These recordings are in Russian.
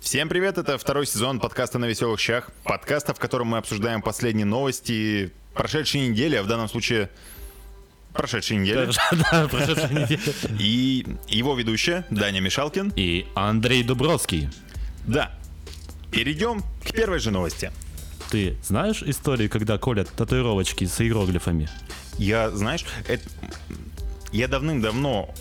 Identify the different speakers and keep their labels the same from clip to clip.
Speaker 1: Всем привет, это второй сезон подкаста «На веселых щах», подкаста, в котором мы обсуждаем последние новости прошедшей недели, а в данном случае прошедшей недели.
Speaker 2: Да, прошедшая неделя.
Speaker 1: И его ведущая Даня Мишалкин.
Speaker 2: И Андрей Дубровский.
Speaker 1: Да. Перейдем к первой же новости.
Speaker 2: Ты знаешь историю, когда колят татуировочки с иероглифами?
Speaker 1: Я, знаешь, это- я давным-давно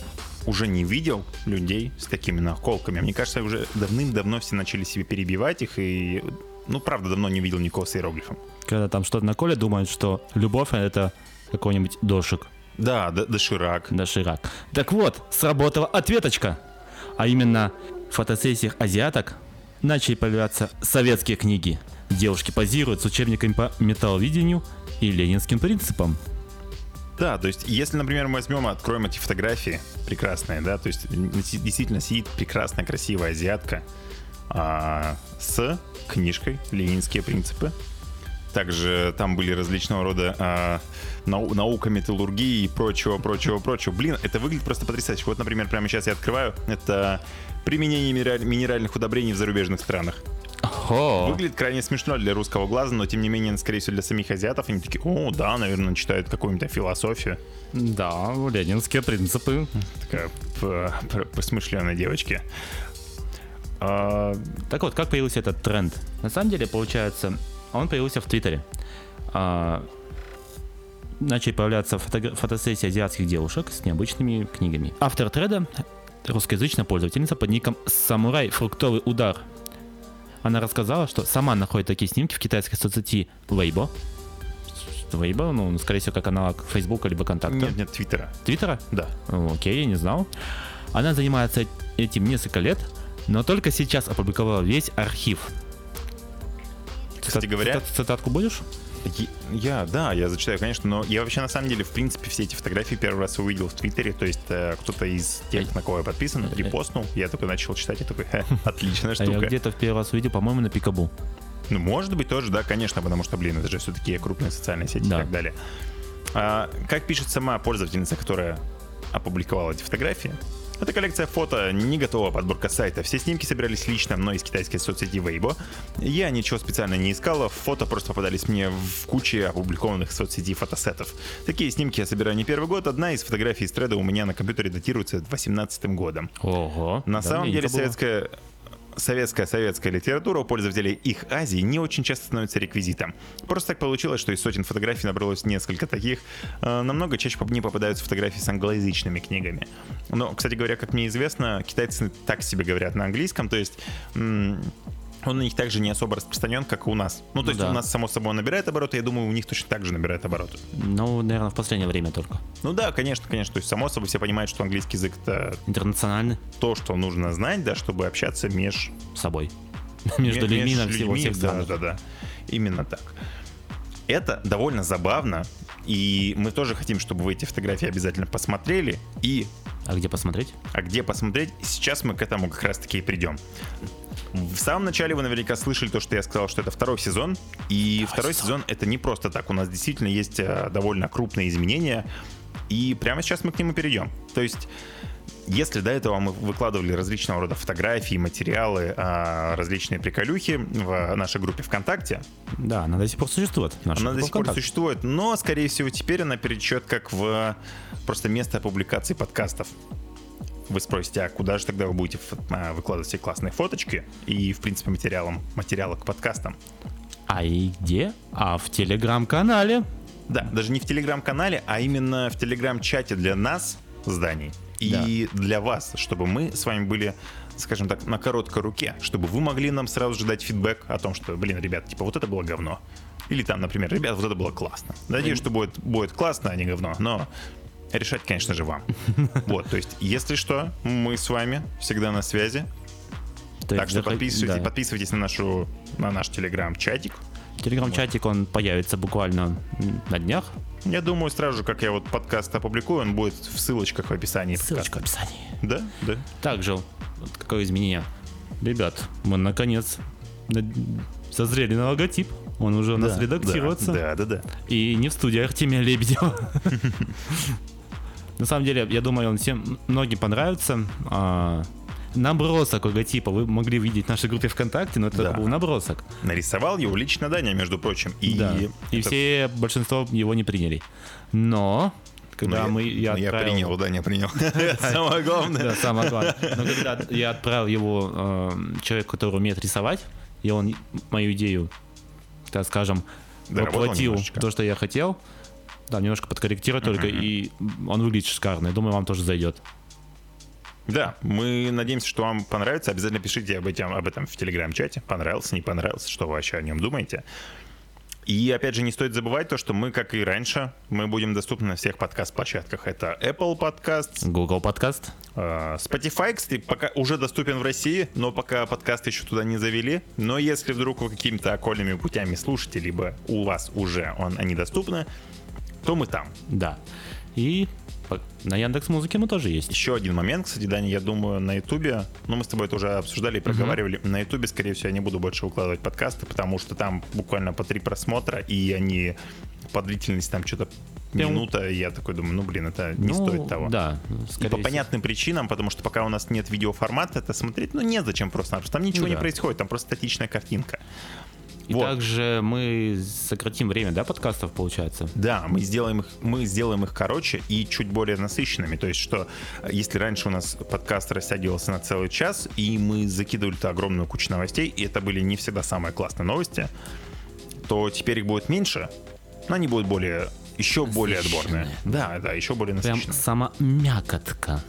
Speaker 1: уже не видел людей с такими наколками. Мне кажется, уже давным-давно все начали себе перебивать их и... Ну, правда, давно не видел никого с иероглифом.
Speaker 2: Когда там что-то наколят, думают, что любовь — это какой-нибудь дошик,
Speaker 1: Да, д- доширак.
Speaker 2: доширак. Так вот, сработала ответочка. А именно, в фотосессиях азиаток начали появляться советские книги. Девушки позируют с учебниками по металловидению и ленинским принципам.
Speaker 1: Да, то есть, если, например, мы возьмем и откроем эти фотографии прекрасные, да, то есть н- си- действительно сидит прекрасная, красивая азиатка а, с книжкой «Ленинские принципы». Также там были различного рода а, нау- наука металлургии и прочего, прочего, прочего. Блин, это выглядит просто потрясающе. Вот, например, прямо сейчас я открываю. Это применение минераль- минеральных удобрений в зарубежных странах.
Speaker 2: Хо.
Speaker 1: Выглядит крайне смешно для русского глаза, но тем не менее, скорее всего, для самих азиатов они такие, о, да, наверное, читают какую-нибудь философию.
Speaker 2: Да, ленинские принципы.
Speaker 1: Такая п- п- посмышленная девочки. А,
Speaker 2: Так вот, как появился этот тренд? На самом деле, получается, он появился в Твиттере. А, начали появляться фото- фотосессии азиатских девушек с необычными книгами. Автор треда — русскоязычная пользовательница под ником «Самурай. Фруктовый удар». Она рассказала, что сама находит такие снимки в китайской соцсети Weibo. Weibo, ну, скорее всего, как аналог Фейсбука либо ВКонтакте.
Speaker 1: нет, нет, Твиттера.
Speaker 2: Твиттера?
Speaker 1: Да.
Speaker 2: О, Окей, я не знал. Она занимается эт- этим несколько лет, но только сейчас опубликовала весь архив.
Speaker 1: Кстати
Speaker 2: Цитат-
Speaker 1: говоря-
Speaker 2: цитат- цитатку будешь?
Speaker 1: Е- Я, да, я зачитаю, конечно, но я вообще на самом деле, в принципе, все эти фотографии первый раз увидел в Твиттере, то есть э, кто-то из тех, на кого я подписан, репостнул, я только начал читать, я такой, «Ха, отличная
Speaker 2: Э, А Я
Speaker 1: штука.
Speaker 2: где-то в первый раз увидел, по-моему, на Пикабу.
Speaker 1: Ну, может быть, тоже, да, конечно, потому что, блин, это же все-таки крупные социальные сети
Speaker 2: Да.
Speaker 1: и так далее. А, как пишет сама пользовательница, которая опубликовала эти фотографии, эта коллекция фото не готова подборка сайта. Все снимки собирались лично мной из китайской соцсети Weibo. Я ничего специально не искала, фото просто попадались мне в куче опубликованных в соцсети фотосетов. Такие снимки я собираю не первый год. Одна из фотографий из треда у меня на компьютере датируется 2018 годом.
Speaker 2: Ого.
Speaker 1: На
Speaker 2: да,
Speaker 1: самом
Speaker 2: мне
Speaker 1: деле
Speaker 2: это было.
Speaker 1: советская советская советская литература у пользователей их Азии не очень часто становится реквизитом. Просто так получилось, что из сотен фотографий набралось несколько таких. Э, Намного чаще по мне попадаются фотографии с англоязычными книгами. Но, кстати говоря, как мне известно, китайцы так себе говорят на английском, то есть м, он у них также не особо распространен, как у нас. Ну, то
Speaker 2: Ну
Speaker 1: есть
Speaker 2: да.
Speaker 1: у нас, само собой, он набирает обороты, я думаю, у них точно так же набирает обороты.
Speaker 2: Ну, наверное, в последнее время только.
Speaker 1: Ну да, конечно, конечно, то есть само собой все понимают, что английский язык это
Speaker 2: Интернациональный
Speaker 1: то, что нужно знать, да, чтобы общаться меж
Speaker 2: с собой. Между людьми на всего
Speaker 1: людьми,
Speaker 2: всех
Speaker 1: да,
Speaker 2: странах.
Speaker 1: да, да. Именно так. Это довольно забавно, и мы тоже хотим, чтобы вы эти фотографии обязательно посмотрели. И
Speaker 2: А где посмотреть?
Speaker 1: а где посмотреть? Сейчас мы к этому как раз таки и придем. В самом начале вы наверняка слышали то, что я сказал, что это второй сезон. И второй, сезон. это не просто так. У нас действительно есть э, довольно крупные изменения. И прямо сейчас мы к нему перейдем. То есть, если до этого мы выкладывали различного рода фотографии, материалы, а, различные приколюхи в нашей группе ВКонтакте,
Speaker 2: Да, она до сих пор существует. Наша
Speaker 1: она до
Speaker 2: группа
Speaker 1: сих пор
Speaker 2: ВКонтакте.
Speaker 1: существует, но, скорее всего, теперь она перетечет как в э, просто место публикации подкастов. Вы спросите, а куда же тогда вы будете фо- а, выкладывать все классные фоточки и, в принципе, материалом, материалы к подкастам?
Speaker 2: А и где? А в телеграм-канале.
Speaker 1: Да, даже не в телеграм-канале, а именно в телеграм-чате для нас, зданий, и для вас, чтобы мы с вами были, скажем так, на короткой руке, чтобы вы могли нам сразу же дать фидбэк о том, что, блин, ребят, типа, вот это было говно. Или там, например, ребят, вот это было классно. Надеюсь, что будет, будет классно, а не говно, но решать, конечно же, вам. Вот, то есть, если что, мы с вами всегда на связи.
Speaker 2: То
Speaker 1: Так
Speaker 2: есть
Speaker 1: что
Speaker 2: заход-
Speaker 1: подписывайтесь,
Speaker 2: да.
Speaker 1: подписывайтесь на, нашу, на наш телеграм-чатик.
Speaker 2: Телеграм-чатик, он появится буквально м, на днях.
Speaker 1: Я думаю, сразу же, как я вот подкаст опубликую, он будет в ссылочках в описании.
Speaker 2: Ссылочка в описании.
Speaker 1: подкаста. Да, да.
Speaker 2: Также, вот какое изменение. Ребят, мы наконец над- созрели на логотип. Он уже у нас
Speaker 1: Да,
Speaker 2: редактируется.
Speaker 1: Да, да, да.
Speaker 2: И не в студии Артемия Лебедева. На самом деле, я думаю, он всем многим понравится. А, набросок логотипа вы могли видеть в нашей группе ВКонтакте, но это
Speaker 1: Да.
Speaker 2: был набросок.
Speaker 1: Нарисовал его лично Даня, между прочим. И,
Speaker 2: да. и
Speaker 1: это-
Speaker 2: все большинство его не приняли. Но когда
Speaker 1: Ну,
Speaker 2: мы я,
Speaker 1: ну, я
Speaker 2: отправил-
Speaker 1: принял, Даня принял. Самое главное.
Speaker 2: Да, самое главное. Но когда я отправил его эм, человеку, который умеет рисовать, и он мою идею, так скажем,
Speaker 1: Доработал
Speaker 2: воплотил
Speaker 1: немножечко.
Speaker 2: то, что я хотел, да, немножко подкорректировать только, и он выглядит шикарно. Я думаю, вам тоже зайдет.
Speaker 1: Да, мы надеемся, что вам понравится. Обязательно пишите об этом, об этом в телеграм-чате. Понравился, не понравился, что вы вообще о нем думаете. И опять же, не стоит забывать то, что мы, как и раньше, мы будем доступны на всех подкаст-площадках. Это Apple Podcasts,
Speaker 2: Google подкаст.
Speaker 1: э, Spotify, кстати, пока уже доступен в России, но пока подкаст еще туда не завели. Но если вдруг вы какими-то окольными путями слушаете, либо у вас уже он, они доступны, то мы там.
Speaker 2: Да. И по- на Яндекс Музыке мы тоже есть.
Speaker 1: Еще один момент, кстати, Даня, я думаю, на Ютубе, ну, мы с тобой это уже обсуждали и проговаривали, на Ютубе, скорее всего, я не буду больше выкладывать подкасты, потому что там буквально по три просмотра, и они по длительности там что-то
Speaker 2: Прям-
Speaker 1: минута, и я такой думаю, ну, блин, это не
Speaker 2: Ну,
Speaker 1: стоит того. Типа
Speaker 2: Да.
Speaker 1: И
Speaker 2: скорее
Speaker 1: по
Speaker 2: всего.
Speaker 1: понятным причинам, потому что пока у нас нет видеоформата, это смотреть, ну, незачем просто, потому что там ничего
Speaker 2: Ну
Speaker 1: не
Speaker 2: да.
Speaker 1: происходит, там просто статичная картинка.
Speaker 2: И
Speaker 1: Вот.
Speaker 2: также мы сократим время, да, подкастов получается.
Speaker 1: Да, мы сделаем их, мы сделаем их короче и чуть более насыщенными. То есть, что э, если раньше у нас подкаст растягивался на целый час, и мы закидывали то огромную кучу новостей, и это были не всегда самые классные новости, то теперь их будет меньше, но они будут более еще более отборные. Да, да, еще более
Speaker 2: Прям
Speaker 1: насыщенные.
Speaker 2: сама мякотка.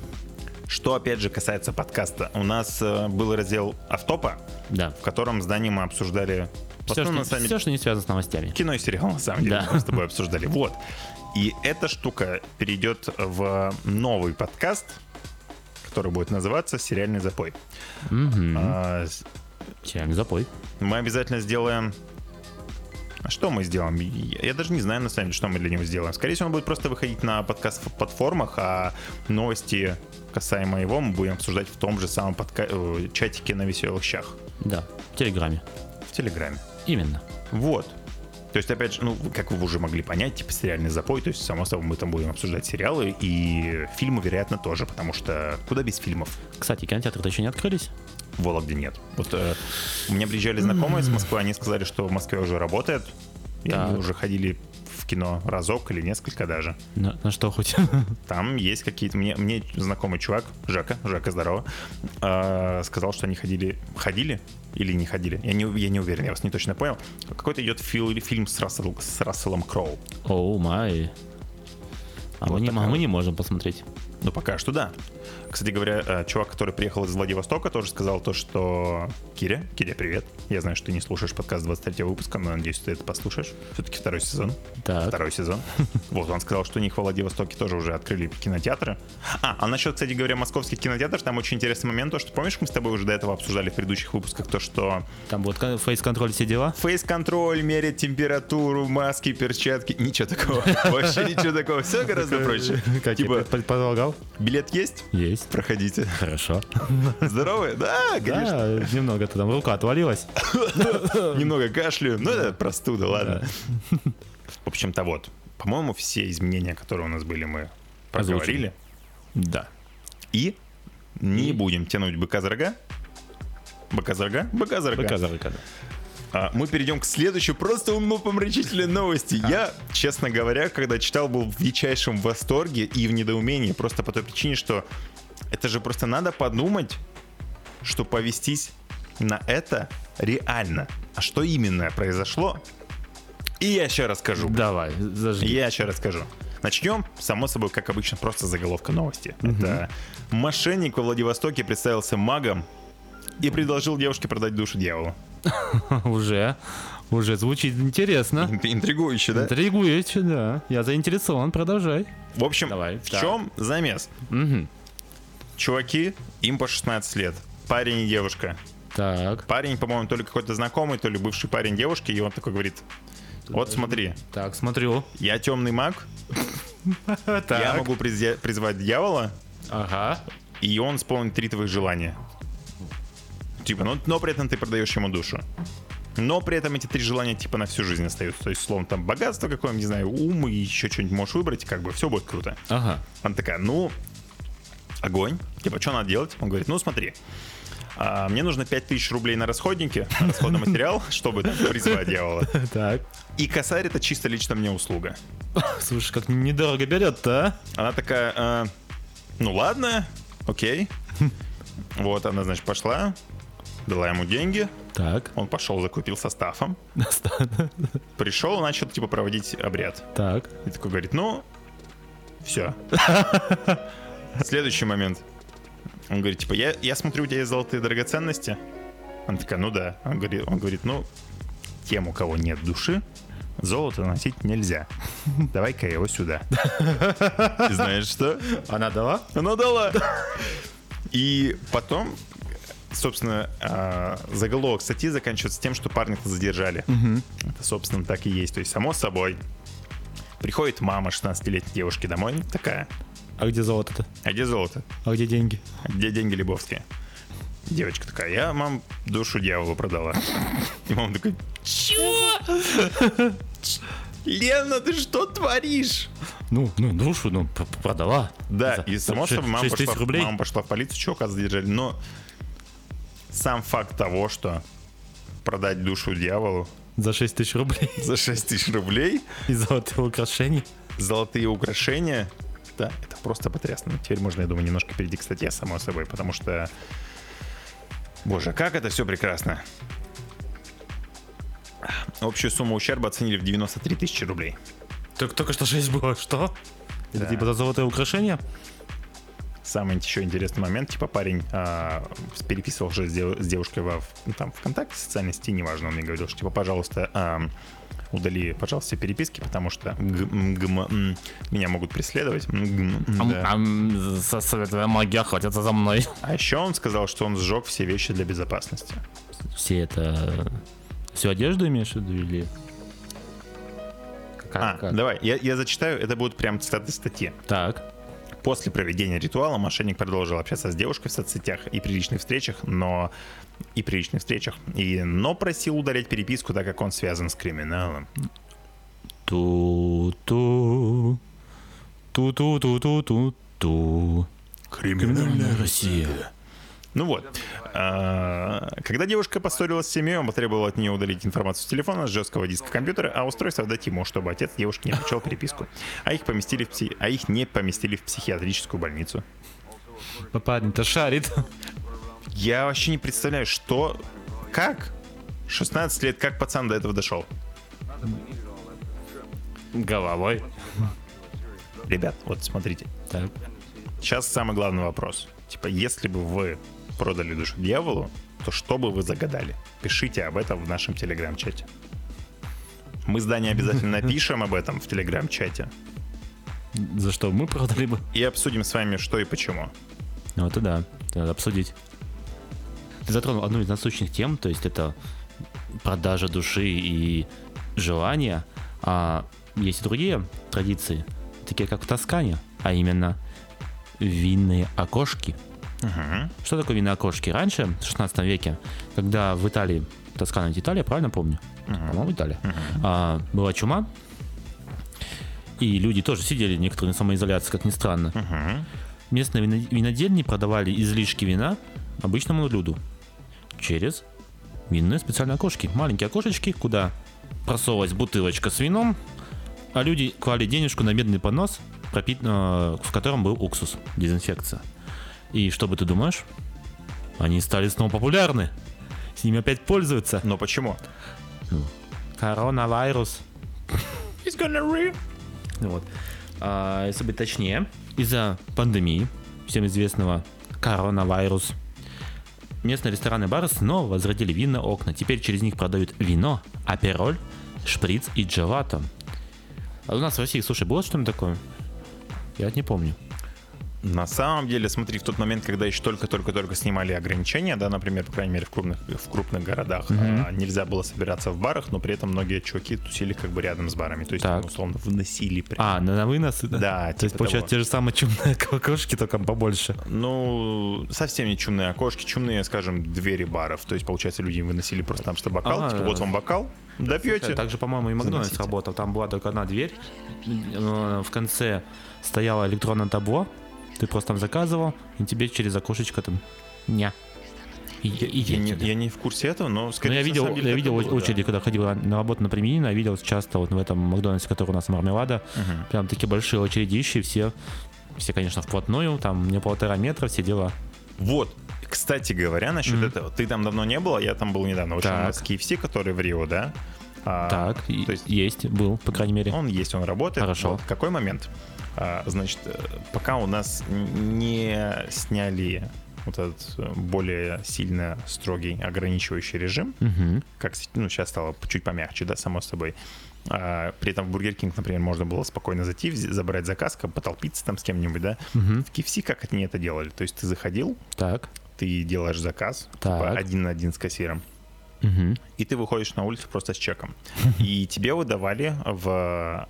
Speaker 1: Что опять же касается подкаста, у нас э, был раздел автопа,
Speaker 2: Да.
Speaker 1: в котором с Даней мы обсуждали в
Speaker 2: Все, что,
Speaker 1: основном, на самом деле,
Speaker 2: всё, что не связано с новостями.
Speaker 1: Кино и сериал, на самом деле,
Speaker 2: Да.
Speaker 1: мы с тобой обсуждали. Вот. И эта штука перейдет в новый подкаст, который будет называться «Сериальный запой».
Speaker 2: Мгм.
Speaker 1: А, с-
Speaker 2: Сериальный запой.
Speaker 1: Мы обязательно сделаем... А Что мы сделаем? Я я даже не знаю, на самом деле, что мы для него сделаем. Скорее всего, он будет просто выходить на подкаст-платформах, а новости касаемо его мы будем обсуждать в том же самом подка- э, чатике на веселых щах
Speaker 2: Да, в Телеграме.
Speaker 1: в Телеграме.
Speaker 2: Именно.
Speaker 1: Вот. То есть, опять же, ну, как вы уже могли понять, типа сериальный запой, то есть, само собой, мы там будем обсуждать сериалы и фильмы, вероятно, тоже, потому что куда без фильмов?
Speaker 2: Кстати, кинотеатры-то еще не открылись.
Speaker 1: В Вологде нет. Вот э, у меня приезжали знакомые из Москвы, они сказали, что в Москве уже работает, и они
Speaker 2: Так.
Speaker 1: уже ходили в кино разок или несколько даже.
Speaker 2: На, на что хоть?
Speaker 1: Там есть какие-то... Мне, мне знакомый чувак, Жака, Жака, здорово, э, сказал, что они ходили... Ходили или не ходили? Я не, у- я не уверен, я вас не точно понял. Какой-то идет фил, фильм с, Рассел- с Расселом Кроу.
Speaker 2: Оу, май. А
Speaker 1: Вот
Speaker 2: мы, не,
Speaker 1: такая
Speaker 2: а мы
Speaker 1: вот.
Speaker 2: не можем посмотреть.
Speaker 1: Ну, пока что да. Кстати говоря, э, чувак, который приехал из Владивостока, тоже сказал то, что... Киря, Киря, привет. Я знаю, что ты не слушаешь подкаст 23 выпуска, но надеюсь, ты это послушаешь. Все-таки второй сезон.
Speaker 2: Так.
Speaker 1: Второй сезон. Вот, он сказал, что у них в Владивостоке тоже уже открыли кинотеатры. А, а насчет, кстати говоря, московских кинотеатров, там очень интересный момент, то, что, помнишь, мы с тобой уже до этого обсуждали в предыдущих выпусках, то, что
Speaker 2: Там будет кон- фейс-контроль все дела.
Speaker 1: фейс-контроль, мерить температуру, маски, перчатки, ничего такого. Вообще ничего такого. Все гораздо проще. Типа,
Speaker 2: предполагал?
Speaker 1: билет есть?
Speaker 2: Есть.
Speaker 1: Проходите.
Speaker 2: Хорошо.
Speaker 1: Здоровы? Да, конечно.
Speaker 2: Да, немного то там рука отвалилась.
Speaker 1: Немного кашлю. Ну, это простуда, ладно. В общем-то, вот. По-моему, все изменения, которые у нас были, мы
Speaker 2: Озвучили.
Speaker 1: проговорили.
Speaker 2: Да.
Speaker 1: И не
Speaker 2: И?
Speaker 1: будем тянуть быка за рога. Быка за рога? Быка за рога.
Speaker 2: Выказывай, когда.
Speaker 1: А, мы перейдем к следующей просто умопомрачительной новости. Я, честно говоря, когда читал, был в дичайшем восторге и в недоумении. Просто по той причине, что это же просто надо подумать, что повестись на это реально. А что именно произошло? И я еще расскажу.
Speaker 2: Давай, зажги.
Speaker 1: Я еще расскажу. Начнем, само собой, как обычно, просто заголовка новости. Это мошенник во Владивостоке представился магом и предложил девушке продать душу дьяволу.
Speaker 2: Уже, уже звучит интересно.
Speaker 1: Ин- Интригующе, да?
Speaker 2: Интригующе, да. Я заинтересован, продолжай.
Speaker 1: В общем,
Speaker 2: Давай,
Speaker 1: в
Speaker 2: да.
Speaker 1: чем замес?
Speaker 2: Мгм.
Speaker 1: Чуваки, им по 16 лет. Парень и девушка.
Speaker 2: Так,
Speaker 1: Парень, по-моему, то ли какой-то знакомый, то ли бывший парень девушки, и он такой говорит, вот смотри,
Speaker 2: так, смотрю.
Speaker 1: я темный маг, я могу призя- призвать дьявола,
Speaker 2: Ага.
Speaker 1: и он исполнит три твоих желания. Типа, ну, но при этом ты продаешь ему душу. Но при этом эти три желания типа на всю жизнь остаются. То есть, словом, там богатство какое-нибудь, не знаю, ум и еще что-нибудь можешь выбрать, как бы все будет круто.
Speaker 2: Ага.
Speaker 1: Она такая, ну, огонь. Типа, что надо делать? Он говорит, ну смотри, а, мне нужно 5000 рублей на расходники, на расходный материал, чтобы там, призвать дьявола.
Speaker 2: Так.
Speaker 1: И косарь это чисто лично мне услуга.
Speaker 2: Слушай, как недорого берет-то, а?
Speaker 1: Она такая, «А, ну ладно, окей. Вот она, значит, пошла, дала ему деньги,
Speaker 2: Так.
Speaker 1: он пошел, закупил со стафом, пришел, начал, типа, проводить обряд.
Speaker 2: Так.
Speaker 1: И такой говорит, ну, все. Следующий момент. Он говорит, типа, я, я смотрю, у тебя есть золотые драгоценности. Она такая, ну да. Он говорит, он говорит, ну, тем, у кого нет души, золото носить нельзя. Давай-ка я его сюда. И Знаешь что?
Speaker 2: Она дала?
Speaker 1: Она дала. И потом, собственно, а, заголовок статьи заканчивается тем, что парня-то задержали. Это, собственно, так и есть. То есть, само собой, приходит мама 16-летней девушки домой, такая,
Speaker 2: А где золото-то?
Speaker 1: а где золото?
Speaker 2: А где деньги?
Speaker 1: А Где деньги Лебовские? Девочка такая, я, мам, душу дьяволу продала. И мама такая, чего? Лена, ты что творишь?
Speaker 2: Ну, ну, душу, ну, п- п- продала.
Speaker 1: Да,
Speaker 2: За-
Speaker 1: и само
Speaker 2: ше-
Speaker 1: собой мама
Speaker 2: шесть
Speaker 1: пошла,
Speaker 2: тысяч рублей.
Speaker 1: мама пошла в полицию, чувака задержали. Но сам факт того, что продать душу дьяволу
Speaker 2: За 6 тысяч рублей
Speaker 1: за 6 тысяч рублей,
Speaker 2: и золотых украшений.
Speaker 1: золотые украшения, да, это просто потрясно. Но Теперь можно, я думаю, немножко перейти к статье, само собой, потому что... Боже, как это все прекрасно. Общую сумму ущерба оценили в 93 тысячи рублей.
Speaker 2: Только, только что 6 было, что? Это
Speaker 1: Да.
Speaker 2: типа за золотое украшение?
Speaker 1: Самый еще интересный момент, типа парень а, с- переписывал же с, дев- с девушкой во в- ну, там ВКонтакте, в социальной сети, неважно, он мне говорил, что типа, пожалуйста, ам, удали, пожалуйста, все переписки, потому что г- м, м, меня могут преследовать. М, м,
Speaker 2: Ам-
Speaker 1: да.
Speaker 2: ам, со- со- твоя магия охотятся за мной.
Speaker 1: А еще он сказал, что он сжег все вещи для безопасности.
Speaker 2: Все это... Всю одежду имеешь в виду или... Как-
Speaker 1: а,
Speaker 2: как?
Speaker 1: давай, я, я зачитаю, это будут прям цитаты из статьи.
Speaker 2: Так.
Speaker 1: После проведения ритуала мошенник продолжил общаться с девушкой в соцсетях и при личных встречах, но и при личных встречах, и но просил удалять переписку, так как он связан с криминалом.
Speaker 2: Ту-ту. Ту-ту-ту-ту-ту-ту. Криминальная Россия.
Speaker 1: Ну вот. А, Когда девушка поссорилась с семьей, он потребовал от нее удалить информацию с телефона, с жесткого диска компьютера, а устройство отдать ему, чтобы отец девушки не включал переписку. А их поместили в пси- а их не поместили в психиатрическую больницу.
Speaker 2: Парень-то шарит.
Speaker 1: Я вообще не представляю, что... Как? 16 лет, как пацан до этого дошел?
Speaker 2: Головой.
Speaker 1: Ребят, вот смотрите.
Speaker 2: Так.
Speaker 1: Сейчас самый главный вопрос. Типа, если бы вы продали душу дьяволу, то что бы вы загадали? Пишите об этом в нашем телеграм-чате. Мы с Даней обязательно напишем об этом в телеграм-чате.
Speaker 2: За что мы продали бы?
Speaker 1: И обсудим с вами, что и почему.
Speaker 2: Ну это да, это надо обсудить. Ты затронул одну из насущных тем, то есть это продажа души и желания. А есть и другие традиции, такие как в Тоскане, а именно винные окошки.
Speaker 1: Мгм.
Speaker 2: Что такое винные окошки? Раньше, в 16 веке, когда в Италии, Тоскана это Италия, правильно помню? По-моему, Италия. А, была чума, и люди тоже сидели некоторые на самоизоляции, как ни странно.
Speaker 1: Мгм.
Speaker 2: Местные вино- винодельни продавали излишки вина обычному люду через винные специальные окошки. Маленькие окошечки, куда просовывалась бутылочка с вином, а люди клали денежку на медный поднос, пропит- э, в котором был уксус, дезинфекция. И что бы ты думаешь? Они стали снова популярны. С ними опять пользуются.
Speaker 1: Но почему?
Speaker 2: Коронавирус. Вот. А, если быть точнее, из-за пандемии, всем известного коронавирус, местные рестораны и бары снова возродили винные окна. Теперь через них продают вино, апероль, шприц и джелато. А у нас в России, слушай, было что-нибудь такое? Я вот не помню.
Speaker 1: На самом деле, смотри, в тот момент, когда еще только-только-только снимали ограничения, да, например, по крайней мере, в крупных, в крупных городах а, нельзя было собираться в барах, но при этом многие чуваки тусили как бы рядом с барами. То есть,
Speaker 2: Так.
Speaker 1: ну, условно, вносили прям.
Speaker 2: А, на, на вынос?
Speaker 1: Да,
Speaker 2: То есть,
Speaker 1: типа
Speaker 2: получается, те же самые чумные окошки, только побольше.
Speaker 1: Ну, совсем не чумные окошки, чумные, скажем, двери баров. То есть, получается, люди им выносили просто там что бокал,
Speaker 2: Ага.
Speaker 1: типа, вот вам бокал, допьете.
Speaker 2: Э, Также, по-моему, и Макдональдс
Speaker 1: Заносите.
Speaker 2: работал. Там была только одна дверь. Э, В конце стояло электронное табло, Ты просто там заказывал, и тебе через окошечко там... Ня. И, и-
Speaker 1: Я
Speaker 2: и-
Speaker 1: не, я не в курсе этого, но
Speaker 2: Ну,
Speaker 1: скорее
Speaker 2: я
Speaker 1: всего, на
Speaker 2: видел,
Speaker 1: самом деле, так
Speaker 2: я
Speaker 1: и
Speaker 2: видел
Speaker 1: было, да.
Speaker 2: очереди, когда ходил на- на работу на применение, я видел часто вот в этом Макдональдсе, который у нас мармелада,
Speaker 1: Мгм.
Speaker 2: прям такие большие очереди ищи, все, все, конечно, вплотную, там не полтора метра, все дела.
Speaker 1: Вот, кстати говоря, насчет этого. Ты там давно не был, а я там был недавно. В общем, у нас
Speaker 2: Так.
Speaker 1: KFC, который в Рио, да? А,
Speaker 2: так, и-
Speaker 1: то есть-
Speaker 2: есть, был, по крайней мере.
Speaker 1: Он есть, он работает.
Speaker 2: Хорошо.
Speaker 1: Вот какой момент? А, значит, э, пока у нас н- не сняли вот этот э, более сильно строгий ограничивающий режим,
Speaker 2: Мгм.
Speaker 1: как с- ну, сейчас стало чуть помягче, да, само собой. А, при этом в Бургер Кинг, например, можно было спокойно зайти, вз- забрать заказ, как бы потолпиться там с кем-нибудь, да.
Speaker 2: Мгм.
Speaker 1: В KFC как они это делали? То есть ты заходил,
Speaker 2: Так,
Speaker 1: ты делаешь заказ, типа
Speaker 2: Так.
Speaker 1: один на один с кассиром,
Speaker 2: Мгм.
Speaker 1: и ты выходишь на улицу просто с чеком. И тебе выдавали в,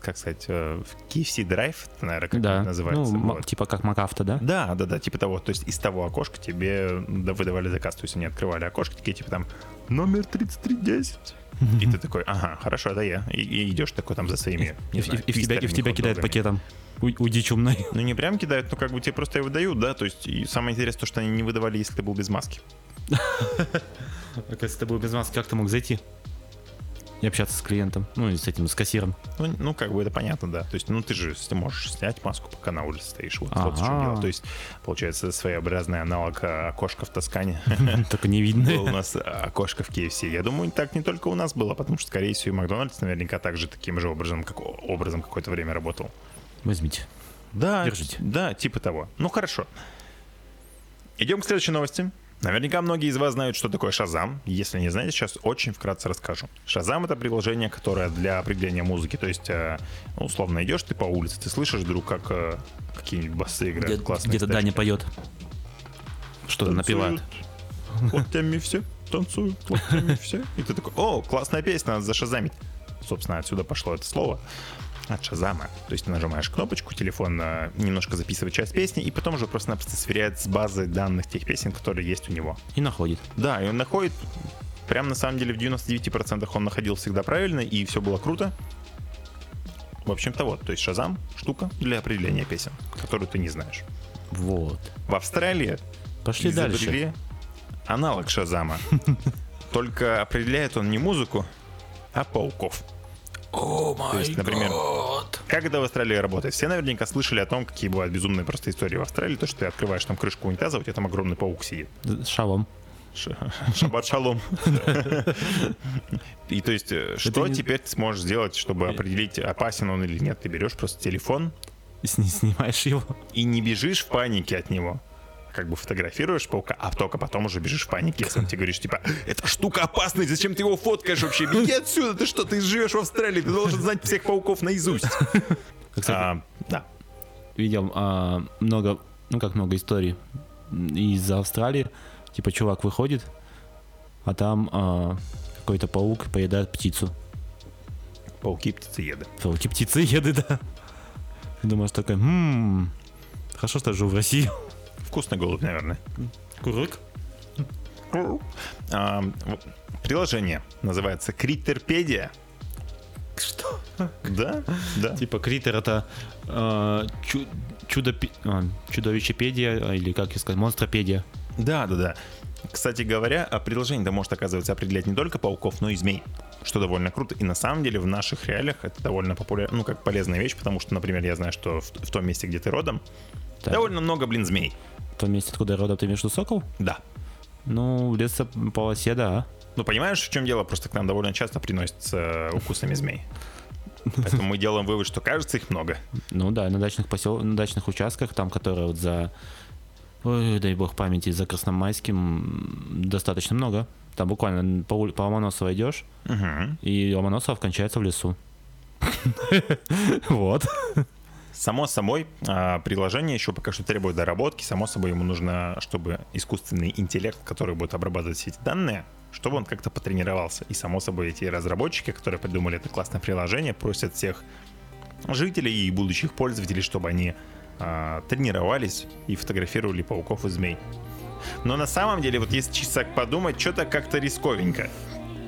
Speaker 1: как сказать, э, в KFC Drive, это, наверное, как
Speaker 2: да,
Speaker 1: это называется.
Speaker 2: ну, ма-
Speaker 1: вот.
Speaker 2: типа как Макафта, да?
Speaker 1: Да, да, да, типа того. То есть из того окошка тебе да- выдавали заказ. То есть они открывали окошко, такие типа там номер 3310. И ты такой, ага, хорошо, это я. И, и идешь такой там за своими. не
Speaker 2: И, в-
Speaker 1: знаю,
Speaker 2: и в тебя, и в
Speaker 1: твистами,
Speaker 2: тебя кидает
Speaker 1: хот-догами.
Speaker 2: пакетом. У- Уйди чумной.
Speaker 1: Ну не прям кидают, но как бы тебе просто и выдают, да. То есть и самое интересное, то, что они не выдавали, если ты был без маски.
Speaker 2: А если ты был без маски, как ты мог зайти? И общаться с клиентом, ну и с этим, с кассиром.
Speaker 1: Ну, ну, как бы это понятно, да. То есть, ну, ты же с- можешь снять маску, пока на улице стоишь. Вот, вот в чем
Speaker 2: Ага.
Speaker 1: дело. То есть, получается, своеобразный аналог э, окошка в Тоскане.
Speaker 2: Только не видно.
Speaker 1: Было у нас э, окошко в KFC. Я думаю, так не только у нас было, потому что, скорее всего, и Макдональдс наверняка также таким же образом, как образом какое-то время работал.
Speaker 2: Возьмите.
Speaker 1: Да,
Speaker 2: Держите.
Speaker 1: да, типа того. Ну, хорошо. Идем к следующей новости. Наверняка многие из вас знают, что такое Шазам. Если не знаете, сейчас очень вкратце расскажу. Шазам — это приложение, которое для определения музыки. То есть, э, ну, условно, идешь ты по улице, ты слышишь вдруг, как э, какие-нибудь басы играют
Speaker 2: Где-
Speaker 1: классные.
Speaker 2: Где-то
Speaker 1: стачки.
Speaker 2: Даня поет. Что-то напевает.
Speaker 1: Танцуют Локтями все, танцуют локтями все. И ты такой, о, классная песня, надо зашазамить. Собственно, отсюда пошло это слово. От шазама. То есть ты нажимаешь кнопочку, телефон э, немножко записывает часть песни, и потом уже просто-напросто сверяет с базой данных тех песен, которые есть у него.
Speaker 2: И находит.
Speaker 1: Да, и он находит, прям на самом деле в 99% он находил всегда правильно, и все было круто. В общем-то вот, то есть шазам — штука для определения песен, которую ты не знаешь.
Speaker 2: Вот.
Speaker 1: В Австралии
Speaker 2: Пошли дальше.
Speaker 1: изобрели аналог Шазама. Только определяет он не музыку, а пауков.
Speaker 2: О
Speaker 1: То есть, например, как это в Австралии работает? Все наверняка слышали о том, какие бывают безумные просто истории в Австралии. То, что ты открываешь там крышку унитаза, у тебя там огромный паук сидит.
Speaker 2: Шалом.
Speaker 1: Ш- Шаббат шалом. И то есть, э, что
Speaker 2: не- Э,
Speaker 1: теперь ты сможешь сделать, чтобы определить, опасен он или нет? Ты берешь просто телефон
Speaker 2: С- не Снимаешь его.
Speaker 1: и не бежишь в панике от него. Как бы фотографируешь паука, а только потом уже бежишь в панике, если он тебе говоришь, типа, эта штука опасная, зачем ты его фоткаешь вообще? Беги отсюда, ты что, ты живешь в Австралии, ты должен знать всех пауков наизусть.
Speaker 2: Кстати,
Speaker 1: А, да.
Speaker 2: видел а, много, ну как много историй из Австралии. Типа чувак выходит, а там а, какой-то паук поедает птицу.
Speaker 1: Пауки птицееды.
Speaker 2: Пауки птицы еды, да. Думаешь такой, «М, «М-м-м, хорошо, что я живу в России.
Speaker 1: Вкусный голубь, наверное.
Speaker 2: Курык?
Speaker 1: А, в- приложение называется Криттерпедия.
Speaker 2: Что?
Speaker 1: Да, да.
Speaker 2: Типа Критер это э, чу- чудо а, чудовищепедия а, или как сказать, монстропедия.
Speaker 1: Да, да, да. Кстати говоря, а приложение-то может, оказывается, определять не только пауков, но и змей, что довольно круто. И на самом деле в наших реалиях это довольно популярно, ну, как полезная вещь, потому что, например, я знаю, что в, в том месте, где ты родом,
Speaker 2: Так.
Speaker 1: довольно много, блин, змей.
Speaker 2: В том месте, откуда родом ты имеешь в виду сокол?
Speaker 1: Да.
Speaker 2: Ну, в лесополосе, да.
Speaker 1: Ну, понимаешь, в чем дело? Просто к нам довольно часто приносятся укусами змей. Поэтому мы делаем вывод, что кажется их много.
Speaker 2: Ну да, на дачных посел... на дачных участках, там, которые вот за, ой, дай бог памяти, за Красномайским м, достаточно много. Там буквально по, ули- по Ломоносово идешь,
Speaker 1: Мгм.
Speaker 2: и Ломоносов кончается в лесу. Вот.
Speaker 1: Само собой, а, приложение еще пока что требует доработки. Само собой, ему нужно, чтобы искусственный интеллект, который будет обрабатывать все эти данные, чтобы он как-то потренировался. И, само собой, эти разработчики, которые придумали это классное приложение, просят всех жителей и будущих пользователей, чтобы они а, тренировались и фотографировали пауков и змей. Но на самом деле, вот если чисто так подумать, что-то как-то рисковенько.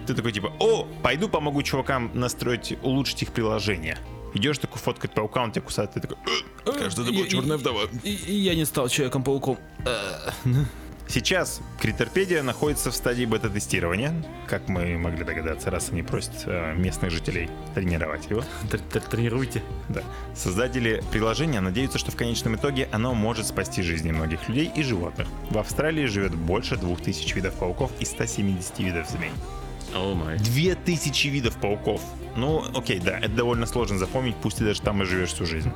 Speaker 1: Ты такой типа, о, пойду помогу чувакам настроить, улучшить их приложение. идешь такой фоткать паука, он тебя кусает, ты такой... «Э, Кажется, это была
Speaker 2: Я-
Speaker 1: черная вдова.
Speaker 2: И, и я не стал Человеком-пауком.
Speaker 1: Сейчас Критерпедия находится в стадии бета-тестирования, как мы могли догадаться, раз они просят э, местных жителей тренировать его.
Speaker 2: Тренируйте.
Speaker 1: Да. Создатели приложения надеются, что в конечном итоге оно может спасти жизни многих людей и животных. В Австралии живет больше 2000 видов пауков и 170 видов змей.
Speaker 2: О май.
Speaker 1: 2000 видов пауков. Ну, окей, да, это довольно сложно запомнить, пусть ты даже там и живешь всю жизнь.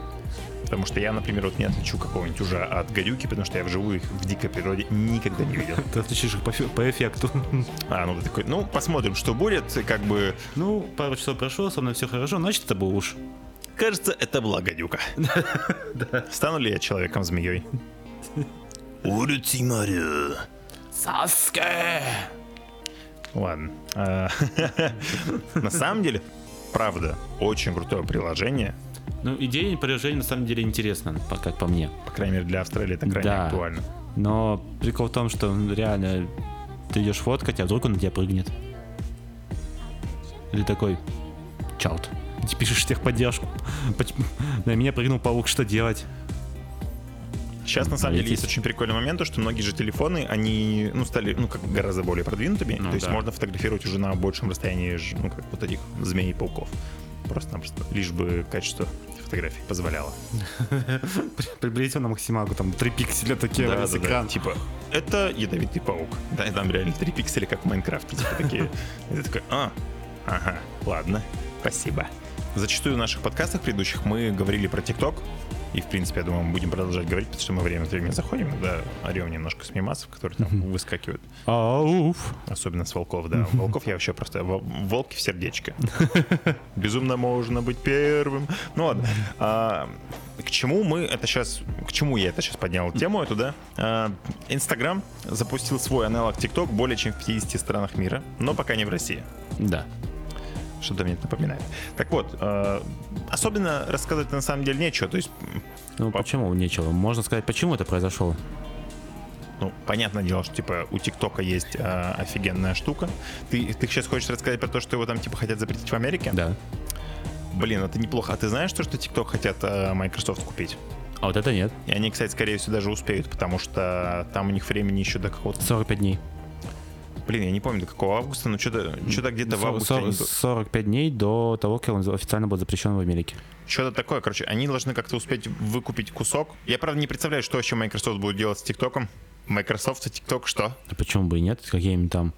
Speaker 1: Потому что я, например, вот не отличу какого-нибудь ужа от гадюки, потому что я вживую их в дикой природе никогда не видел.
Speaker 2: Ты отличишь их по, фе- по эффекту.
Speaker 1: А, ну ты такой, ну, посмотрим, что будет, как бы...
Speaker 2: Ну, пару часов прошло, со мной все хорошо, значит, это был уж.
Speaker 1: Кажется, это была гадюка. Стану ли я человеком-змеей? Урицимарю.
Speaker 2: Саске!
Speaker 1: Ладно. А, На самом деле, правда, очень крутое приложение.
Speaker 2: Ну, идея приложения на самом деле интересна, по- как по мне.
Speaker 1: По крайней мере, для Австралии это крайне
Speaker 2: Да.
Speaker 1: актуально.
Speaker 2: Но прикол в том, что реально ты идешь фоткать, а вдруг он на тебя прыгнет. Или такой, чаут. И Ты пишешь техподдержку. Поч- На меня прыгнул паук, что делать?
Speaker 1: Сейчас, на самом
Speaker 2: А
Speaker 1: деле,
Speaker 2: эти-
Speaker 1: есть очень прикольный момент, то, что многие же телефоны, они ну, стали ну, как гораздо более продвинутыми.
Speaker 2: Ну
Speaker 1: то есть
Speaker 2: да.
Speaker 1: можно фотографировать уже на большем расстоянии ж- ну, как вот этих змей и пауков. Просто-напросто. Лишь бы качество фотографий позволяло.
Speaker 2: Приблизительно на максималку, там 3 пикселя такие
Speaker 1: Да, да, да. Типа, это ядовитый паук. Да, и там реально три пикселя, как в Майнкрафте, типа такие. И ты такой, а, ага, ладно, спасибо. Зачастую в наших подкастах предыдущих мы говорили про ТикТок, и, в принципе, я думаю, мы будем продолжать говорить, потому что мы время от времени заходим, и, да, орем немножко с мимасов, которые там выскакивают.
Speaker 2: Ауф.
Speaker 1: Особенно с волков, да. Волков я вообще просто... во- Волки в сердечке. Безумно можно быть первым. Ну ладно. А, К чему мы это сейчас... К чему я это сейчас поднял тему эту, да? А, Инстаграм запустил свой аналог ТикТок более чем в 50 странах мира, но пока не в России.
Speaker 2: Да.
Speaker 1: Что-то мне это напоминает. Так вот, а, особенно рассказывать на самом деле нечего. То есть, м,
Speaker 2: Ну
Speaker 1: Пап-
Speaker 2: почему нечего? Можно сказать, почему это произошло?
Speaker 1: ну, понятное дело, что, типа, у ТикТока есть а, офигенная штука. Ты, ты сейчас хочешь рассказать про то, что его там, типа, хотят запретить в Америке?
Speaker 2: Да.
Speaker 1: Блин, это неплохо. А ты знаешь, то, что TikTok хотят э, Microsoft купить?
Speaker 2: А вот это нет.
Speaker 1: И они, кстати, скорее всего, даже успеют, потому что там у них времени еще до какого-то...
Speaker 2: 45 дней.
Speaker 1: Блин, я не помню, до какого августа, но что-то, что-то где-то в
Speaker 2: Сор-
Speaker 1: августе...
Speaker 2: сор-
Speaker 1: они-
Speaker 2: 45 дней до того, как он за- официально был запрещен в Америке.
Speaker 1: Что-то такое, короче. Они должны как-то успеть выкупить кусок. Я, правда, не представляю, что вообще Microsoft будет делать с TikTok. Microsoft и TikTok что?
Speaker 2: Да А почему бы и нет? Какие-нибудь там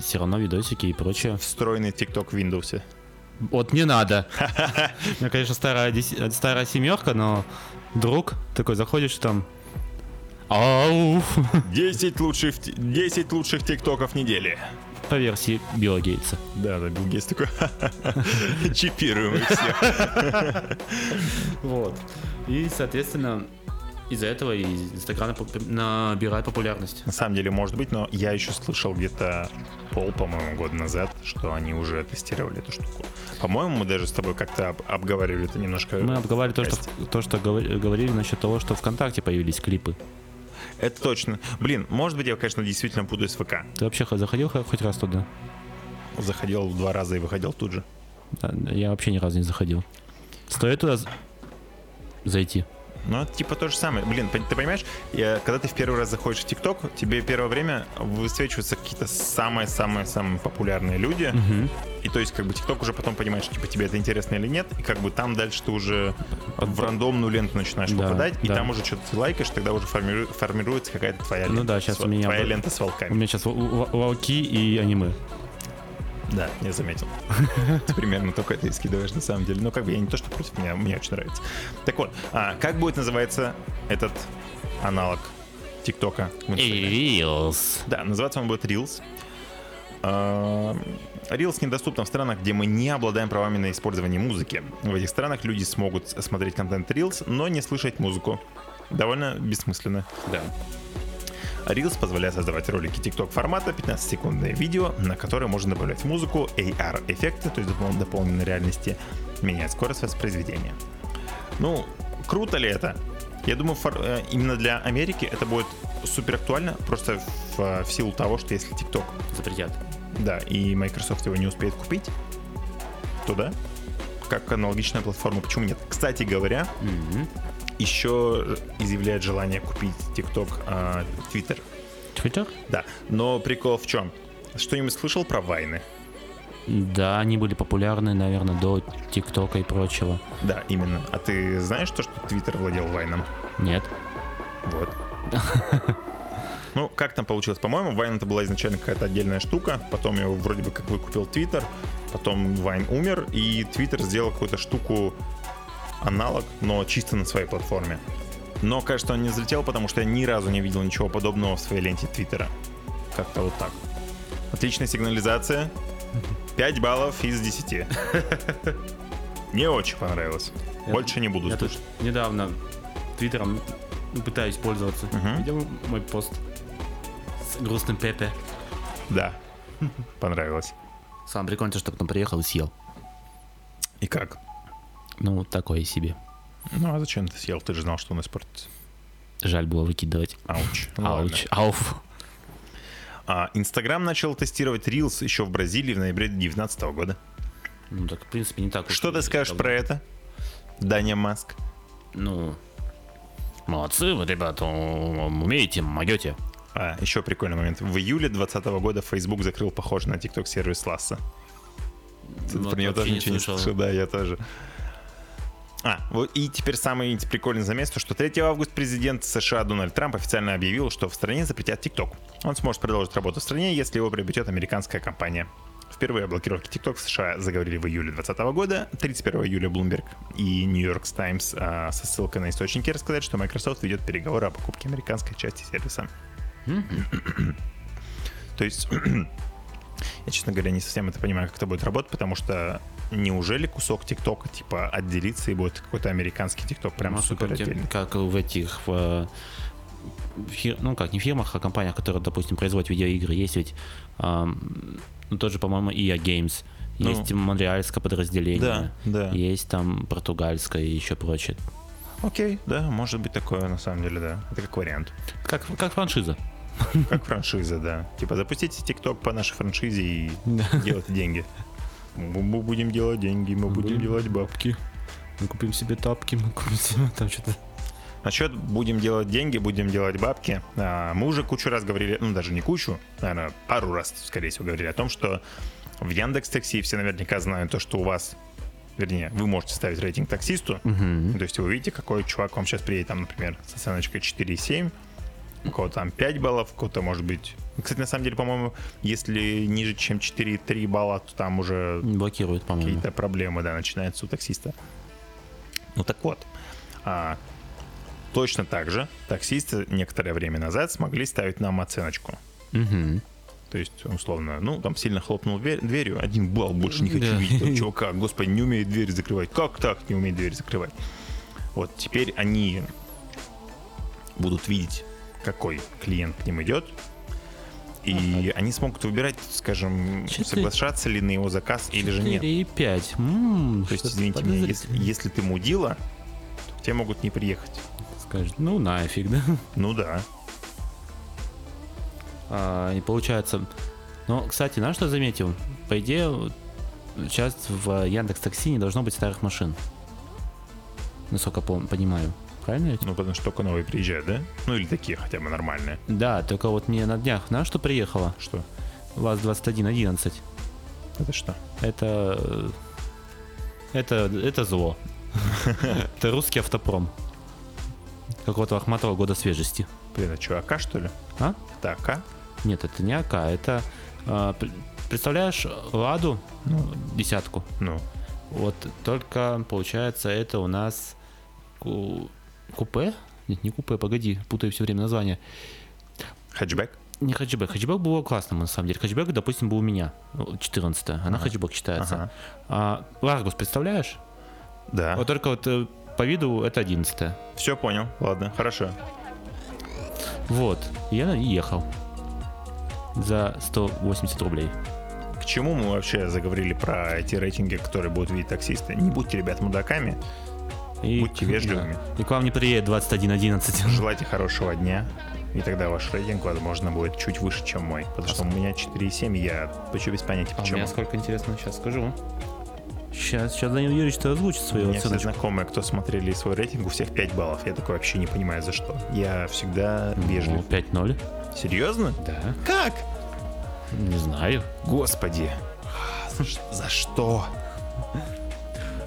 Speaker 2: все равно видосики и прочее.
Speaker 1: Встроенный TikTok в Windows.
Speaker 2: Вот не надо. Ну, конечно, старая, дес- старая семерка, но друг такой заходишь там. Ау!
Speaker 1: 10 лучших, ти- 10 лучших ТикТоков недели.
Speaker 2: По версии Билла Гейтса.
Speaker 1: Да, да, Билл Гейтс такой. Чипируем их всех.
Speaker 2: Вот. И, соответственно, из-за этого и Инстаграм поп- набирает популярность.
Speaker 1: На самом деле, может быть, но я еще слышал где-то пол, по-моему, года назад, что они уже тестировали эту штуку. По-моему, мы даже с тобой как-то об- обговаривали это немножко.
Speaker 2: Мы обговаривали то, что,
Speaker 1: Здрасте.
Speaker 2: в- то, что говор- говорили насчет того, что ВКонтакте появились клипы.
Speaker 1: Это точно. Блин, может быть, я, конечно, действительно путаю с ВК.
Speaker 2: Ты вообще х- заходил х- хоть раз туда?
Speaker 1: Заходил два раза и выходил тут же.
Speaker 2: Да, Я вообще ни разу не заходил. Стоит туда з- зайти?
Speaker 1: Но это типа то же самое. Блин, пон- ты понимаешь, я- когда ты в первый раз заходишь в ТикТок, тебе первое время высвечиваются какие-то самые-самые-самые популярные люди. И то есть, как бы, ТикТок уже потом понимаешь, типа, тебе это интересно или нет, и как бы там дальше ты уже в рандомную ленту начинаешь
Speaker 2: Да,
Speaker 1: попадать, и
Speaker 2: да.
Speaker 1: там уже что-то ты лайкаешь, тогда уже формиру- формируется какая-то твоя
Speaker 2: Ну
Speaker 1: лента.
Speaker 2: да, щас
Speaker 1: с-
Speaker 2: у меня
Speaker 1: Твоя
Speaker 2: был-
Speaker 1: лента с
Speaker 2: У
Speaker 1: волками.
Speaker 2: меня сейчас волки и аниме.
Speaker 1: Да, я заметил. Ты примерно только это и скидываешь на самом деле. Но как бы я не то, что против меня, мне очень нравится. Так вот, а, как будет называться этот аналог ТикТока в Инстаграме?
Speaker 2: Reels.
Speaker 1: Да, называться он будет Reels. А, Reels недоступна в странах, где мы не обладаем правами на использование музыки. В этих странах люди смогут смотреть контент Reels, но не слышать музыку. Довольно бессмысленно.
Speaker 2: Да.
Speaker 1: Reels позволяет создавать ролики TikTok формата, 15-секундное видео, на которое можно добавлять музыку, AR-эффекты, то есть допол- дополненной реальности, менять скорость воспроизведения. Ну, круто ли это? Я думаю, фор- э, именно для Америки это будет супер актуально, просто в, э, в силу того, что если TikTok,
Speaker 2: Запретят.
Speaker 1: да, и Microsoft его не успеет купить, то да, как аналогичная платформа. Почему нет? Кстати говоря, еще э, изъявляет желание купить TikTok, а, Twitter.
Speaker 2: Twitter?
Speaker 1: Да. Но прикол в чем? Что-нибудь слышал про Вайны?
Speaker 2: Да, они были популярны, наверное, до ТикТока и прочего.
Speaker 1: Да, именно. А ты знаешь то, что Твиттер владел Вайном?
Speaker 2: Нет.
Speaker 1: Вот. Ну, как там получилось? По-моему, Вайн это была изначально какая-то отдельная штука, потом его вроде бы как выкупил Твиттер, потом Вайн умер, и Твиттер сделал какую-то штуку аналог, но чисто на своей платформе. Но, кажется, он не взлетел, потому что я ни разу не видел ничего подобного в своей ленте Твиттера. Как-то вот так. Отличная сигнализация. 5 баллов из 10. Мне очень понравилось.
Speaker 2: Я-
Speaker 1: Больше не буду
Speaker 2: Я тут
Speaker 1: слушать.
Speaker 2: недавно Твиттером ну, пытаюсь пользоваться.
Speaker 1: Мгм.
Speaker 2: Видел мой пост с грустным Пепе?
Speaker 1: Да. Понравилось.
Speaker 2: Сам прикольно, что потом приехал и съел.
Speaker 1: И как?
Speaker 2: Ну, такое себе.
Speaker 1: Ну а зачем ты съел? Ты же знал, что он испортится.
Speaker 2: Жаль было выкидывать.
Speaker 1: Ауч. Ну, ладно.
Speaker 2: Ауч, ауф.
Speaker 1: А, Инстаграм начал тестировать Reels еще в Бразилии в ноябре 2019 года.
Speaker 2: Ну, так, в принципе, не так уж
Speaker 1: Что
Speaker 2: и
Speaker 1: ты скажешь
Speaker 2: давно.
Speaker 1: про это? Даня Маск.
Speaker 2: Ну, молодцы вы, ребята, умеете, могете.
Speaker 1: А, еще прикольный момент. В июле 2020 года Facebook закрыл похожий на TikTok сервис Ласса. Ты
Speaker 2: Вот
Speaker 1: про него
Speaker 2: вообще
Speaker 1: тоже
Speaker 2: Ну, не
Speaker 1: ничего не
Speaker 2: слышал.
Speaker 1: слышал, да, я тоже. А, вот и теперь самый прикольный замес, то, что 3 августа президент США Дональд Трамп официально объявил, что в стране запретят TikTok. Он сможет продолжить работу в стране, если его приобретет американская компания. Впервые о блокировке TikTok в США заговорили в июле 2020 года. 31 июля Bloomberg и New York Times а, со ссылкой на источники рассказали, что Microsoft ведет переговоры о покупке американской части сервиса. То есть, я, честно говоря, не совсем это понимаю, как это будет работать, потому что неужели кусок ТикТока, типа, отделится и будет какой-то американский ТикТок прям
Speaker 2: Может,
Speaker 1: супер
Speaker 2: как те-
Speaker 1: отдельный?
Speaker 2: Ну, Как в этих, в, в фир- ну как, не фирмах, а компаниях, которые, допустим, производят видеоигры, есть ведь ам, ну, тоже, по-моему, EA Games,
Speaker 1: Ну.
Speaker 2: есть монреальское подразделение,
Speaker 1: Да, да.
Speaker 2: есть там португальское и еще прочее.
Speaker 1: Окей, да, может быть такое, на самом деле, да. Это как вариант.
Speaker 2: Как, как франшиза.
Speaker 1: Как франшиза, да. Типа, запустите ТикТок по нашей франшизе и делайте деньги. Мы мы будем делать деньги, мы будем
Speaker 2: Будем.
Speaker 1: делать бабки.
Speaker 2: Мы купим себе тапки, мы купим себе там что-то.
Speaker 1: Насчет будем делать деньги, будем делать бабки. А, мы уже кучу раз говорили, ну даже не кучу, наверное, пару раз, скорее всего, говорили о том, что в Яндекс Такси все наверняка знают то, что у вас, вернее, вы можете ставить рейтинг таксисту. То есть вы видите, какой чувак вам сейчас приедет, там, например, с оценочкой 4,7, у кого там 5 баллов, у кого-то может быть... Кстати, на самом деле, по-моему, если ниже, чем 4,3 балла, то там уже
Speaker 2: Блокируют, по-моему.
Speaker 1: какие-то проблемы, да, начинаются у таксиста. Ну так вот, а, точно так же таксисты некоторое время назад смогли ставить нам оценочку.
Speaker 2: Мгм.
Speaker 1: То есть, условно, ну, там сильно хлопнул ве- дверью, один балл больше не хочу
Speaker 2: Да.
Speaker 1: видеть этого чувака, господи, не умеет дверь закрывать. Как так не умеет дверь закрывать? Вот теперь они будут видеть, какой клиент к ним идет, и они смогут выбирать, скажем,
Speaker 2: Чё ты-
Speaker 1: соглашаться ли на его заказ или же нет.
Speaker 2: 4 и 5.
Speaker 1: То есть, извините меня, если, если ты мудила, то к тебе могут не приехать.
Speaker 2: Скажет, ну нафиг, да?
Speaker 1: Ну да.
Speaker 2: А, и получается. Ну, кстати, на что я заметил? По идее, вот сейчас в Яндекс Такси не должно быть старых машин. Насколько пом- понимаю. Правильно? ведь?
Speaker 1: Ну, потому что только новые приезжают, да? Ну или такие хотя бы нормальные.
Speaker 2: Да, только вот мне на днях, на что приехала?
Speaker 1: Что?
Speaker 2: ВАЗ-2111.
Speaker 1: Это что?
Speaker 2: Это... э, Это, это зло. Это русский автопром. Какого-то Ахматова года свежести.
Speaker 1: Блин, а что, АК что ли?
Speaker 2: А?
Speaker 1: Это АК?
Speaker 2: Нет, это не АК, это... а, пр- Представляешь, Ладу,
Speaker 1: Ну,
Speaker 2: десятку,
Speaker 1: ну.
Speaker 2: Вот только получается это у нас ку- купе? Нет, не купе, погоди, путаю все время название.
Speaker 1: Хэтчбэк?
Speaker 2: Не хэтчбэк. Хэтчбэк был классным, на самом деле. Хэтчбэк, допустим, был у меня, 14 Она хэтчбэк считается.
Speaker 1: Ага.
Speaker 2: А, Ларгус, представляешь?
Speaker 1: Да.
Speaker 2: Вот только вот э, по виду это 11
Speaker 1: Все понял. Ладно, хорошо.
Speaker 2: Вот. И Я на ней ехал. За 180 рублей.
Speaker 1: К чему мы вообще заговорили про эти рейтинги, которые будут видеть таксисты? Не будьте, ребят, мудаками.
Speaker 2: И,
Speaker 1: Будьте вежливыми.
Speaker 2: да. И к вам не приедет 21.11.
Speaker 1: Желайте хорошего дня. И тогда ваш рейтинг, возможно, будет чуть выше, чем мой. Потому что у меня 4,7, я хочу без понятия
Speaker 2: А у меня
Speaker 1: почему.
Speaker 2: сколько интересно, сейчас скажу. Сейчас, сейчас Данил Юрьевич ты озвучит
Speaker 1: У
Speaker 2: свою
Speaker 1: меня все
Speaker 2: оценочку.
Speaker 1: знакомые, кто смотрели свой рейтинг, у всех 5 баллов. Я такой вообще не понимаю, за что. Я всегда
Speaker 2: Ну,
Speaker 1: вежлив.
Speaker 2: 5-0.
Speaker 1: Серьезно?
Speaker 2: Да.
Speaker 1: Как?
Speaker 2: Не знаю.
Speaker 1: Господи. А, за ш- За что?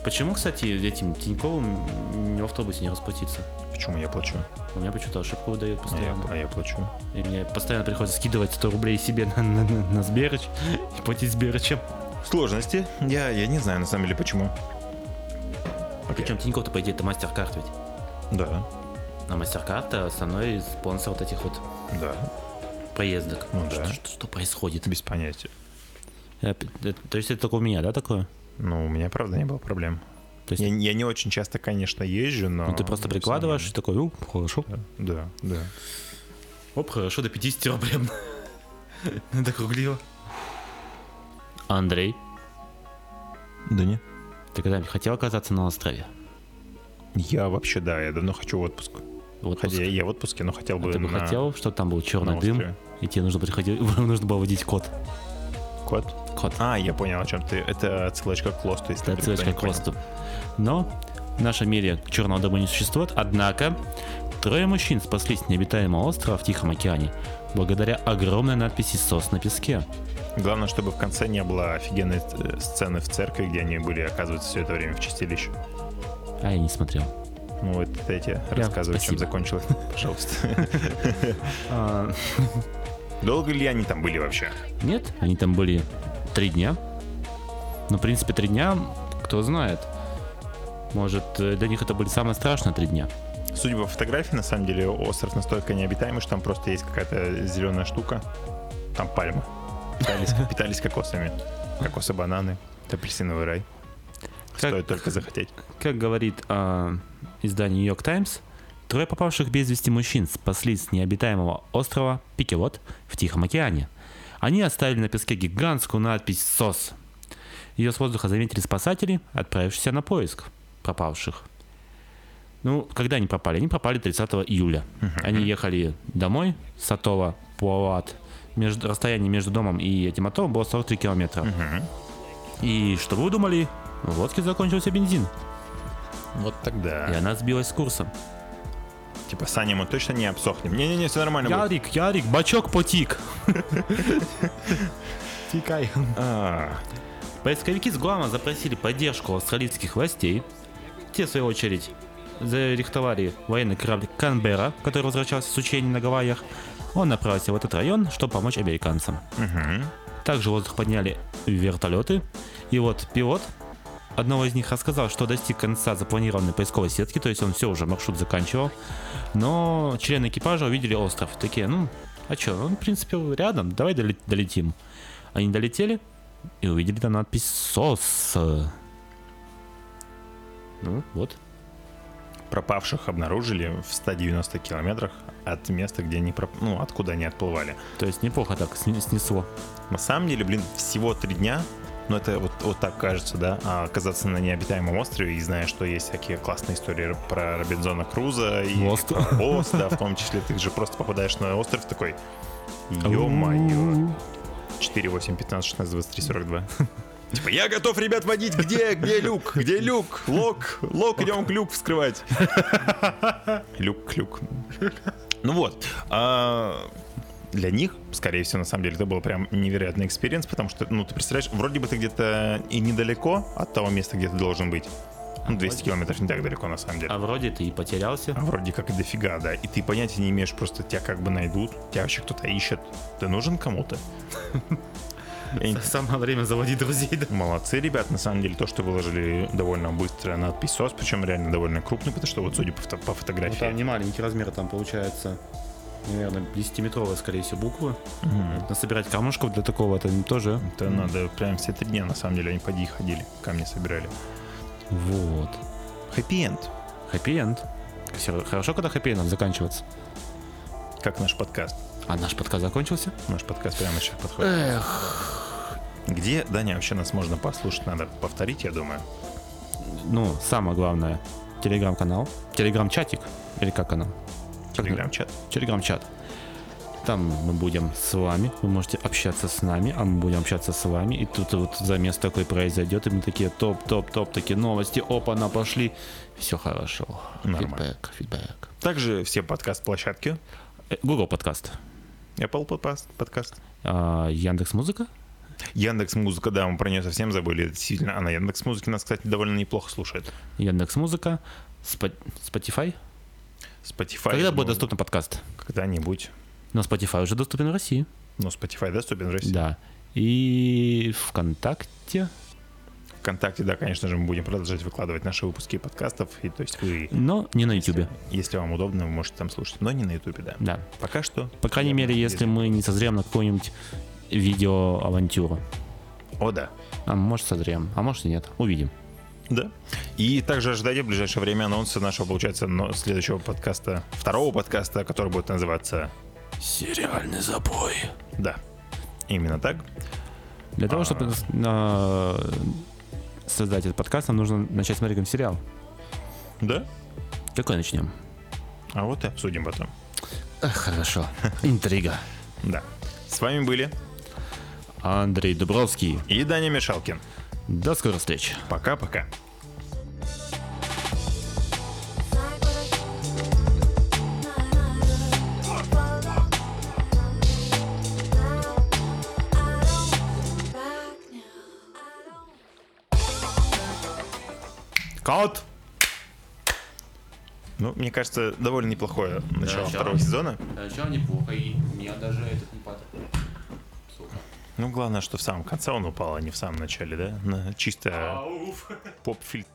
Speaker 2: Почему, кстати, этим Тиньковым не в автобусе не расплатиться?
Speaker 1: Почему я плачу?
Speaker 2: У меня почему-то ошибку выдает
Speaker 1: А я,
Speaker 2: постоянно.
Speaker 1: а я плачу.
Speaker 2: И мне постоянно приходится скидывать 100 рублей себе на, на, на- на Сберыч и платить Сберычем.
Speaker 1: Сложности? Я, я не знаю, на самом деле, почему. А
Speaker 2: Причем Тинькофф-то, А по идее, это мастер-карт ведь.
Speaker 1: Да,
Speaker 2: А мастер-карт основной спонсор вот этих вот
Speaker 1: да,
Speaker 2: поездок.
Speaker 1: Ну
Speaker 2: что,
Speaker 1: да.
Speaker 2: что- что происходит?
Speaker 1: без понятия.
Speaker 2: Я п- э, То есть это только у меня, да, такое?
Speaker 1: Ну, у меня, правда, не было проблем.
Speaker 2: То есть
Speaker 1: Я, я не очень часто, конечно, езжу, но...
Speaker 2: ну, ты просто
Speaker 1: но тем не
Speaker 2: прикладываешь и такой, ну, хорошо.
Speaker 1: менее. Да, да.
Speaker 2: Оп, хорошо, до 50 рублей. Надо кругливо. Андрей,
Speaker 1: Да не?
Speaker 2: ты когда-нибудь хотел оказаться на острове?
Speaker 1: Я вообще, да, я давно хочу в отпуск.
Speaker 2: Вот
Speaker 1: Хотя я в отпуске, но хотел бы
Speaker 2: А ты бы
Speaker 1: на-
Speaker 2: хотел, чтобы там был черный
Speaker 1: на
Speaker 2: дым,
Speaker 1: острове.
Speaker 2: и тебе нужно, приходить, нужно было водить кот.
Speaker 1: Кот?
Speaker 2: Кот.
Speaker 1: А, я понял, о чем ты. Это отсылочка к Лосту, если
Speaker 2: Это
Speaker 1: ты
Speaker 2: отсылочка
Speaker 1: никто не понял.
Speaker 2: к росту. Но в нашем мире черного дома не существует, однако трое мужчин спаслись с необитаемого острова в Тихом океане благодаря огромной надписи «Сос на песке».
Speaker 1: Главное, чтобы в конце не было офигенной э, сцены в церкви, где они были, оказывается, все это время в чистилище.
Speaker 2: А я не смотрел.
Speaker 1: Ну вот, это я тебе рассказываю, чем
Speaker 2: спасибо.
Speaker 1: закончилось. Пожалуйста. А, Долго ли они там были вообще?
Speaker 2: Нет, они там были три дня. Ну, в принципе, три дня, кто знает. Может, э, для них это были самые страшные три дня.
Speaker 1: Судя по фотографии, на самом деле, остров настолько необитаемый, что там просто есть какая-то зеленая штука. Там пальма. Питались, питались кокосами. Кокосы, бананы, апельсиновый рай. Стоит только захотеть.
Speaker 2: Как говорит а, издание New York Times, трое попавших без вести мужчин спаслись с необитаемого острова Пикевод в Тихом океане. Они оставили на песке гигантскую надпись «СОС». Ее с воздуха заметили спасатели, отправившиеся на поиск пропавших. Ну, когда они пропали? Они пропали 30 июля. Они ехали домой с Атолла Пуават. Между, расстояние между домом и этим атоллом было 43 километра. И что вы думали? В лодке закончился бензин.
Speaker 1: Вот тогда.
Speaker 2: И она сбилась с курса.
Speaker 1: Типа, Саня, мы точно не обсохнем. Не-не-не, все нормально будет.
Speaker 2: Ярик, Ярик, бачок потик. Тикай.
Speaker 1: А,
Speaker 2: Поисковики с Гуама запросили поддержку австралийских властей. Те, в свою очередь, зарихтовали военный корабль Канбера, который возвращался с учений на Гавайях. Он направился в этот район, чтобы помочь американцам.
Speaker 1: мгм.
Speaker 2: Также в воздух подняли вертолеты. И вот пилот одного из них рассказал, что достиг конца запланированной поисковой сетки, то есть он все уже маршрут заканчивал. Но члены экипажа увидели остров. Такие, ну, а что, он, в принципе, рядом, давай доле- долетим. Они долетели и увидели там надпись «СОС». Ну, вот.
Speaker 1: Пропавших обнаружили в 190 километрах от места, где они проп- ну, откуда они отплывали.
Speaker 2: То есть неплохо так сне- снесло.
Speaker 1: На самом деле, блин, всего три дня, ну это вот, вот так кажется, да, а оказаться на необитаемом острове и зная, что есть всякие классные истории про Робинзона Круза и
Speaker 2: Лост.
Speaker 1: про Лост, да, в том числе ты же просто попадаешь на остров такой, ё-моё, 4, 8, 15, 16, 23, 42. Типа, я готов ребят водить, где, где люк, где люк, лок, лок, идем люк вскрывать. Люк, люк. Ну вот, а, для них, скорее всего, на самом деле, это был прям невероятный экспириенс, потому что, ну, ты представляешь, вроде бы ты где-то и недалеко от того места, где ты должен быть. Ну, 200 километров не так далеко, на самом деле.
Speaker 2: А вроде ты и потерялся.
Speaker 1: А вроде как и дофига, да. И ты понятия не имеешь, просто тебя как бы найдут, тебя вообще кто-то ищет. Ты нужен кому-то? Я не-
Speaker 2: Самое время заводить друзей, да?
Speaker 1: Молодцы, ребят, на самом деле, то, что выложили довольно быстро надпись «СОС», причем реально довольно крупный, потому что вот судя по, фото- по
Speaker 2: Ну, там
Speaker 1: фотографии...
Speaker 2: не маленький размер, там получается, наверное, 10-метровая, скорее всего, буква.
Speaker 1: Мгм.
Speaker 2: Насобирать камушков для такого, это тоже.
Speaker 1: Это надо прям все три дня, на самом деле, они поди ходили, камни собирали.
Speaker 2: Вот.
Speaker 1: Хэппи-энд,
Speaker 2: Хэппи-энд. Всё, Хорошо, когда хэппи-эндом заканчивается.
Speaker 1: как наш подкаст.
Speaker 2: А наш подкаст закончился?
Speaker 1: Наш подкаст прямо сейчас подходит. Где, Даня, вообще нас можно послушать? Надо повторить, я думаю.
Speaker 2: Ну, самое главное, телеграм-канал, телеграм-чатик, или как она?
Speaker 1: Телеграм-чат.
Speaker 2: Телеграм-чат. Там мы будем с вами, вы можете общаться с нами, а мы будем общаться с вами. И тут вот замес такой произойдет, и мы такие топ-топ-топ, такие новости, опа-на, пошли. Все хорошо.
Speaker 1: Нормально.
Speaker 2: Фидбэк, фидбэк.
Speaker 1: Также все подкаст-площадки.
Speaker 2: Э, Google подкаст. А,
Speaker 1: Apple подкаст, подкаст.
Speaker 2: Яндекс Музыка.
Speaker 1: Яндекс Музыка, да, мы про нее совсем забыли. Действительно, она Яндекс Музыки нас, кстати, довольно неплохо слушает.
Speaker 2: Яндекс Музыка. Spotify.
Speaker 1: Spotify.
Speaker 2: Когда
Speaker 1: я
Speaker 2: будет
Speaker 1: думаю,
Speaker 2: доступен подкаст?
Speaker 1: Когда-нибудь.
Speaker 2: Но Spotify уже доступен в России.
Speaker 1: Но Spotify доступен в России.
Speaker 2: Да. И ВКонтакте.
Speaker 1: ВКонтакте, да, конечно же, мы будем продолжать выкладывать наши выпуски подкастов. И то есть вы,
Speaker 2: Но не на Ютубе.
Speaker 1: если вам удобно, вы можете там слушать. Но не на Ютубе, да.
Speaker 2: Да.
Speaker 1: Пока что.
Speaker 2: По крайней мере, если мы не созрем на какую-нибудь видеоавантюру.
Speaker 1: О, да.
Speaker 2: А может созрем, а может и нет. Увидим.
Speaker 1: Да. И также ожидайте в ближайшее время анонса нашего, получается, но следующего подкаста, второго подкаста, который будет называться
Speaker 2: Сериальный запой.
Speaker 1: Да. Именно так.
Speaker 2: Для того, чтобы э, создать этот подкаст, нам нужно начать смотреть какой-нибудь сериал.
Speaker 1: Да.
Speaker 2: Какой начнем?
Speaker 1: А вот и обсудим потом.
Speaker 2: Эх, хорошо. Интрига.
Speaker 1: Да. С вами были
Speaker 2: Андрей Дубровский.
Speaker 1: и Даня Мишалкин.
Speaker 2: До скорых встреч.
Speaker 1: Пока-пока.
Speaker 2: Кот!
Speaker 1: Ну, мне кажется, довольно неплохое начало
Speaker 2: Да, чё?
Speaker 1: второго сезона.
Speaker 2: Сначала неплохо, и меня даже этот не падал.
Speaker 1: Ну, главное, что в самом конце он упал, а не в самом начале, да? На чисто поп-фильтр.